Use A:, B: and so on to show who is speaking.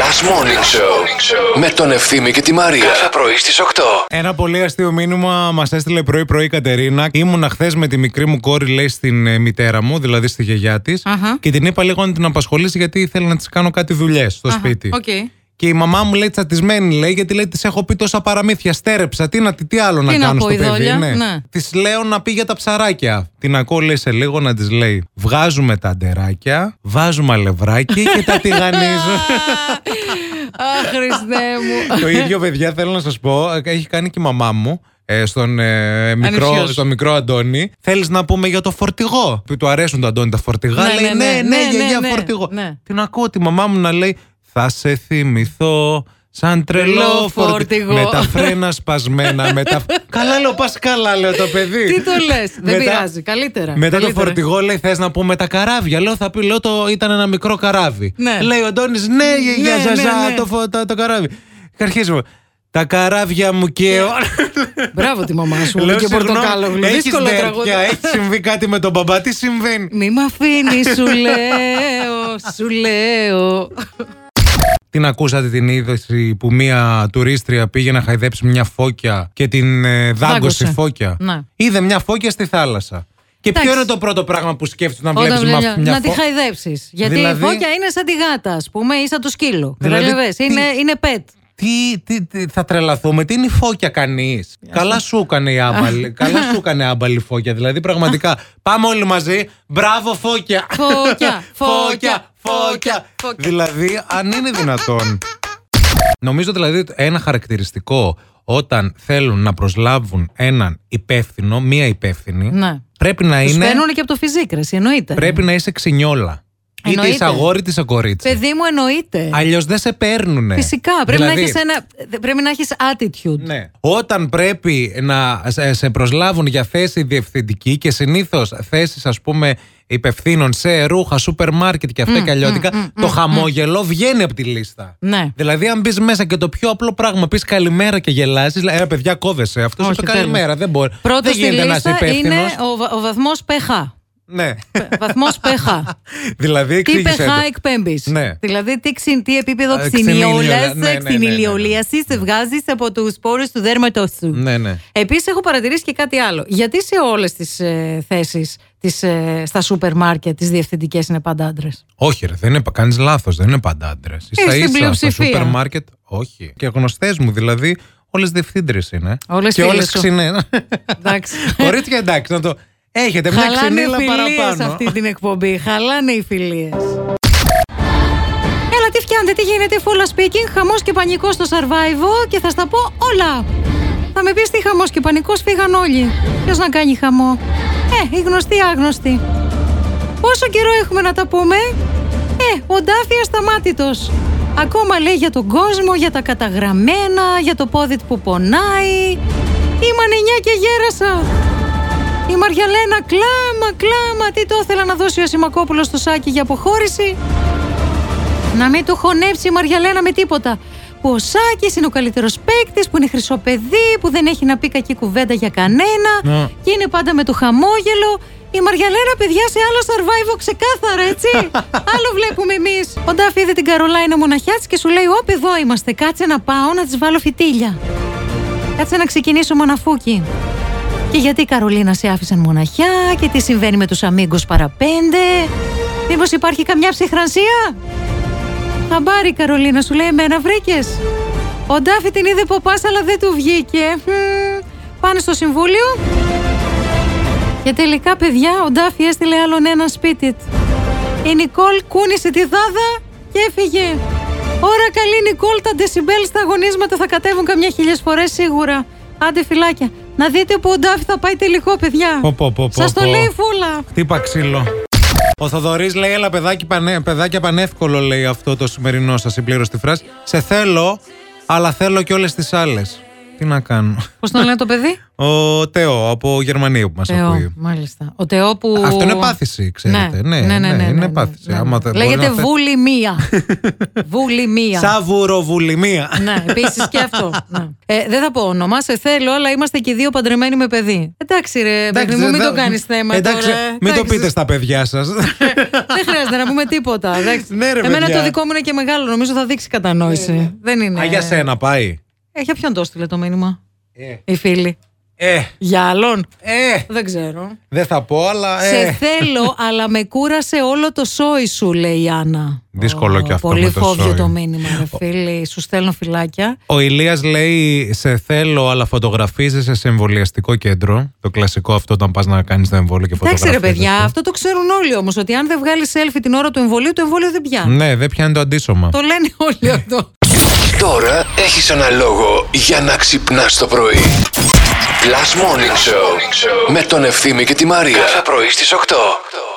A: Last Morning Show με τον Ευθύμη και τη Μαρία. Κάθε πρωί στις 8.
B: Ένα πολύ αστείο μήνυμα μας έστειλε πρωί-πρωί η Κατερίνα. Ήμουνα χθες με τη μικρή μου κόρη, λέει, στην ε, μητέρα μου, δηλαδή στη γιαγιά της.
C: Αχα.
B: Και την είπα λίγο να την απασχολήσει γιατί ήθελα να της κάνω κάτι δουλειές στο
C: Αχα,
B: σπίτι.
C: οκ.
B: Και η μαμά μου λέει τσατισμένη, λέει, γιατί λέει τη έχω πει τόσα παραμύθια. Στέρεψα. Τι, να, τι, τι άλλο
C: Τι
B: να
C: να
B: κάνω
C: πω,
B: στο παιδί.
C: ειδόλια, ναι.
B: Τη λέω να πει για τα ψαράκια. Την ακούω, λέει, σε λίγο να της λέει. Βγάζουμε τα αντεράκια, βάζουμε αλευράκι και τα τηγανίζουμε.
C: Αχ, Χριστέ μου.
B: το ίδιο, παιδιά, θέλω να σας πω, έχει κάνει και η μαμά μου. ε, στον, ε, μικρό,
C: Ανησυχώς.
B: στον μικρό Αντώνη. Θέλεις να πούμε για το φορτηγό. Που του αρέσουν τα Αντώνη τα φορτηγά.
C: Ναι,
B: λέει ναι,
C: ναι,
B: ναι,
C: ναι, ναι,
B: γιαγιά,
C: ναι, ναι,
B: φορτηγό.
C: ναι.
B: Την ακούω τη μαμά μου να λέει Θα σε θυμηθώ σαν τρελό
C: Τρελό
B: φορτηγό.
C: φορτηγό.
B: Με τα φρένα σπασμένα. με τα... καλά, λέω, πας καλά, λέω το παιδί.
C: Τι το λες, δεν
B: Μετά-
C: πειράζει. Καλύτερα.
B: μετά το
C: καλύτερα.
B: φορτηγό λέει: Θες να πούμε τα καράβια. Λέω: Θα πει, λέω το ήταν ένα μικρό καράβι.
C: Ναι.
B: Λέει ο Αντώνης: Ναι, για
C: Ναι,
B: ζαζά
C: ναι, ναι.
B: Το, φω- το, το καράβι. Και αρχίζουμε. Τα καράβια μου και.
C: Μπράβο τη μαμά σου.
B: Ναι. Λέω
C: Λέω και δηλαδή πορτοκάλογλου.
B: Έχεις
C: Δύσκολο τραγούδι.
B: έχει συμβεί κάτι με τον μπαμπά. Τι συμβαίνει.
C: Μη μ' αφήνεις, σου λέω, σου λέω.
B: Την ακούσατε την είδηση που μία τουρίστρια πήγε να χαϊδέψει μια φώκια και την ε, δάγκωσε
C: Δάγκωσε.
B: φώκια.
C: Ναι.
B: Είδε μια φόκια στη θάλασσα. Και ποιο
C: Εντάξει.
B: είναι το πρώτο πράγμα που σκέφτεσαι να
C: Όταν
B: βλέπεις μια,
C: βλέπεις-
B: μια
C: να τη
B: φώ-
C: χαϊδέψεις. Γιατί
B: Δηλαδή-
C: η φώκια είναι σαν τη γάτα, ας πούμε, ή σαν το σκύλο.
B: Δηλαδή,
C: Καταλαβες,
B: τι-
C: Είναι, είναι pet.
B: Τι, τι, τι- θα τρελαθούμε, τι είναι η φώκια κανείς. Καλά σου έκανε η άμπαλη. καλά σου έκανε η άμπαλη φώκια. Δηλαδή, πραγματικά. Πάμε όλοι μαζί. Μπράβο, φώκια.
C: Φώκια, φώκια,
B: φώκια.
C: φώκια.
B: Δηλαδή, αν είναι δυνατόν. Νομίζω δηλαδή ένα χαρακτηριστικό όταν θέλουν να προσλάβουν έναν υπεύθυνο, μία υπεύθυνη,
C: Ναι.
B: πρέπει να
C: Τους
B: είναι.
C: παίρνουν και από το φυζίκρεση, εννοείται.
B: Πρέπει να είσαι ξινιόλα. Είτε είσαι
C: Εννοείται.
B: αγόρι, είτε είσαι κορίτσι.
C: Παιδί μου, εννοείται.
B: Αλλιώς δεν σε παίρνουνε.
C: Φυσικά. Πρέπει
B: Δηλαδή,
C: να έχεις ένα. Πρέπει να έχεις attitude.
B: Ναι. Όταν πρέπει να σε- σε προσλάβουν για θέση διευθυντική και συνήθως θέσεις, ας πούμε, υπευθύνων σε ρούχα, σούπερ μάρκετ και αυτά και αλλιώτικα, το χαμόγελο βγαίνει από τη λίστα.
C: Ναι.
B: Δηλαδή, αν μπεις μέσα και το πιο απλό πράγμα πεις καλημέρα και γελάσεις, λέει «Ε, παιδιά, κόβεσαι. Αυτός
C: Όχι,
B: είπε
C: τέλος.
B: καλημέρα. Δεν μπορεί.
C: Πρώτος
B: δεν
C: στη
B: γίνεται να είσαι
C: λίστα είναι
B: υπεύθυνος».
C: ο, βα- ο βαθμός PH.
B: Ναι.
C: Βαθμό PH.
B: δηλαδή,
C: τι
B: εξήγησε.
C: PH
B: το.
C: εκπέμπεις.
B: Ναι.
C: Δηλαδή, τι, ξυ- τι επίπεδο
B: Ε, ξυνήλιολα- ναι, ναι, ναι, ναι, ναι.
C: ξυνηλιολίαση σε βγάζεις από τους πόρους του δέρματο σου.
B: Ναι, ναι.
C: Επίσης, έχω παρατηρήσει και κάτι άλλο. Γιατί σε όλες τις ε, θέσεις ε, στα σούπερ μάρκετ, τις διευθυντικές είναι πάντα άντρες.
B: Όχι, ρε, δεν είναι, κάνεις λάθος. Δεν είναι πάντα άντρες.
C: Ε, στην
B: σα ίσα στο
C: πλειοψηφία.
B: σούπερ μάρκετ, όχι. Και γνωστές μου δηλαδή, όλες διευθύντρες είναι.
C: Όλες
B: και
C: φίλες
B: όλες
C: σου.
B: ξυνέ.
C: Εντάξει.
B: Κορίτσια, εντάξει, να το. Έχετε μια
C: Χαλάνε οι
B: ξυνήλα
C: φιλίες
B: παραπάνω.
C: αυτή την εκπομπή. Χαλάνε οι φιλίες. Έλα, τι φτιάνετε, τι γίνεται, full speaking, χαμός και πανικός στο survival και θα στα πω όλα. Θα με πεις τι χαμός και πανικός φύγαν όλοι. Ποιος να κάνει χαμό. Ε, οι γνωστοί άγνωστοι. Πόσο καιρό έχουμε να τα πούμε. Ε, ο Ντάφη ασταμάτητος. Ακόμα λέει για τον κόσμο, για τα καταγραμμένα, για το πόδι του που πονάει. Είμαι νενιά και γέρασα. Η Μαριαλένα, κλάμα, κλάμα, τι το ήθελα να δώσει ο Σιμακόπουλος στο σάκι για αποχώρηση. Να μην του χωνέψει η Μαριαλένα με τίποτα. Που ο Σάκης είναι ο καλύτερος παίκτης, που είναι χρυσό παιδί, που δεν έχει να πει κακή κουβέντα για κανένα
B: Ναι.
C: και είναι πάντα με το χαμόγελο. Η Μαριαλένα, παιδιά, σε άλλο survival ξεκάθαρα, έτσι. άλλο βλέπουμε εμείς. Ο Ντάφη είδε την Καρολάινα μοναχιά τη και σου λέει: Όπ, εδώ είμαστε. Κάτσε να πάω να της βάλω φιτίλια. Κάτσε να ξεκινήσω μοναφούκι. Και γιατί η Καρολίνα σε άφησαν μοναχιά και τι συμβαίνει με τους αμίγκους παραπέντε. Μήπως υπάρχει καμιά ψυχρανσία. Χαμπάρι η Καρολίνα σου λέει εμένα βρήκες. Ο Ντάφη την είδε ποπάς αλλά δεν του βγήκε. Μμμ, Πάνε στο συμβούλιο. Και τελικά παιδιά ο Ντάφη έστειλε άλλον ένα σπίτι του. Η Νικόλ κούνησε τη δάδα και έφυγε. Ωρα καλή Νικόλ, τα ντεσιμπέλ στα αγωνίσματα θα κατέβουν καμιά χίλιες φορές σίγουρα. Άντε φυλάκια. Να δείτε που ο Ντάφη θα πάει τελικό, παιδιά.
B: Πω, πω, πω, πω,
C: Σας το
B: πω.
C: λέει η φούλα.
B: Χτύπα ξύλο. Ο Θοδωρής λέει: Έλα, παιδάκι, πανέ, παιδάκια πανεύκολο λέει αυτό το σημερινό σας συμπλήρωστη φράση. Σε θέλω, αλλά θέλω και όλες τις άλλες. Τι να κάνω.
C: Πώς τον λένε το παιδί?
B: ο Τεό από Γερμανία που μας
C: Τεό,
B: ακούει.
C: μάλιστα. Ο Τεό που.
B: Αυτό είναι πάθηση, ξέρετε. Ναι, ναι, είναι πάθηση. Άμα δεν μπορεί
C: Λέγεται
B: να θε-
C: βουλημία. βουλημία.
B: Σαβουροβουλημία.
C: ναι, επίσης και αυτό. ναι. Ε, δεν θα πω όνομα, σε θέλω, αλλά είμαστε και δύο παντρεμένοι με παιδί. Εντάξει, ρε, παιδί μου, μην
B: εντά-
C: το κάνεις θέμα.
B: Εντάξει,
C: τώρα. ε.
B: μην το
C: Εντάξει.
B: πείτε στα παιδιά σας.
C: Δεν χρειάζεται να πούμε τίποτα. εντάξει.
B: Ναι, ρε,
C: Εμένα
B: παιδιά. Ναι,
C: το δικό μου είναι και μεγάλο, νομίζω θα δείξει κατανόηση. Δεν είναι.
B: Α, για σένα πάει.
C: Ε, για ποιον το έστειλε το μήνυμα,
B: Ε,
C: οι φίλοι.
B: ε,
C: Για άλλον.
B: ε,
C: Δεν ξέρω.
B: δεν θα πω, αλλά.
C: Σε
B: Ε.
C: θέλω, αλλά με κούρασε όλο το σόι σου, λέει η Άννα.
B: Δύσκολο
C: Ω,
B: και αυτό
C: Πολύ
B: με το
C: φόβιο
B: σόι.
C: το μήνυμα, ρε φίλοι. Σου στέλνω φυλάκια.
B: Ο Ηλίας λέει σε θέλω αλλά φωτογραφίζεσαι σε εμβολιαστικό κέντρο. Το κλασικό αυτό όταν πας να κάνεις το εμβόλιο και
C: Εντάξει, ρε
B: φωτογραφίζεσαι.
C: παιδιά, αυτό το ξέρουν όλοι όμως. Ότι αν δεν βγάλεις selfie την ώρα του εμβολίου, το εμβόλιο δεν πιάνει.
B: Ναι, δεν πιάνει το αντίσωμα.
C: Το λένε όλοι αυτό.
A: Τώρα έχεις ένα λόγο για να ξυπνάς το πρωί. Last Morning Show με τον Ευθύμη και τη Μαρία. Κάθε πρωί στις 8.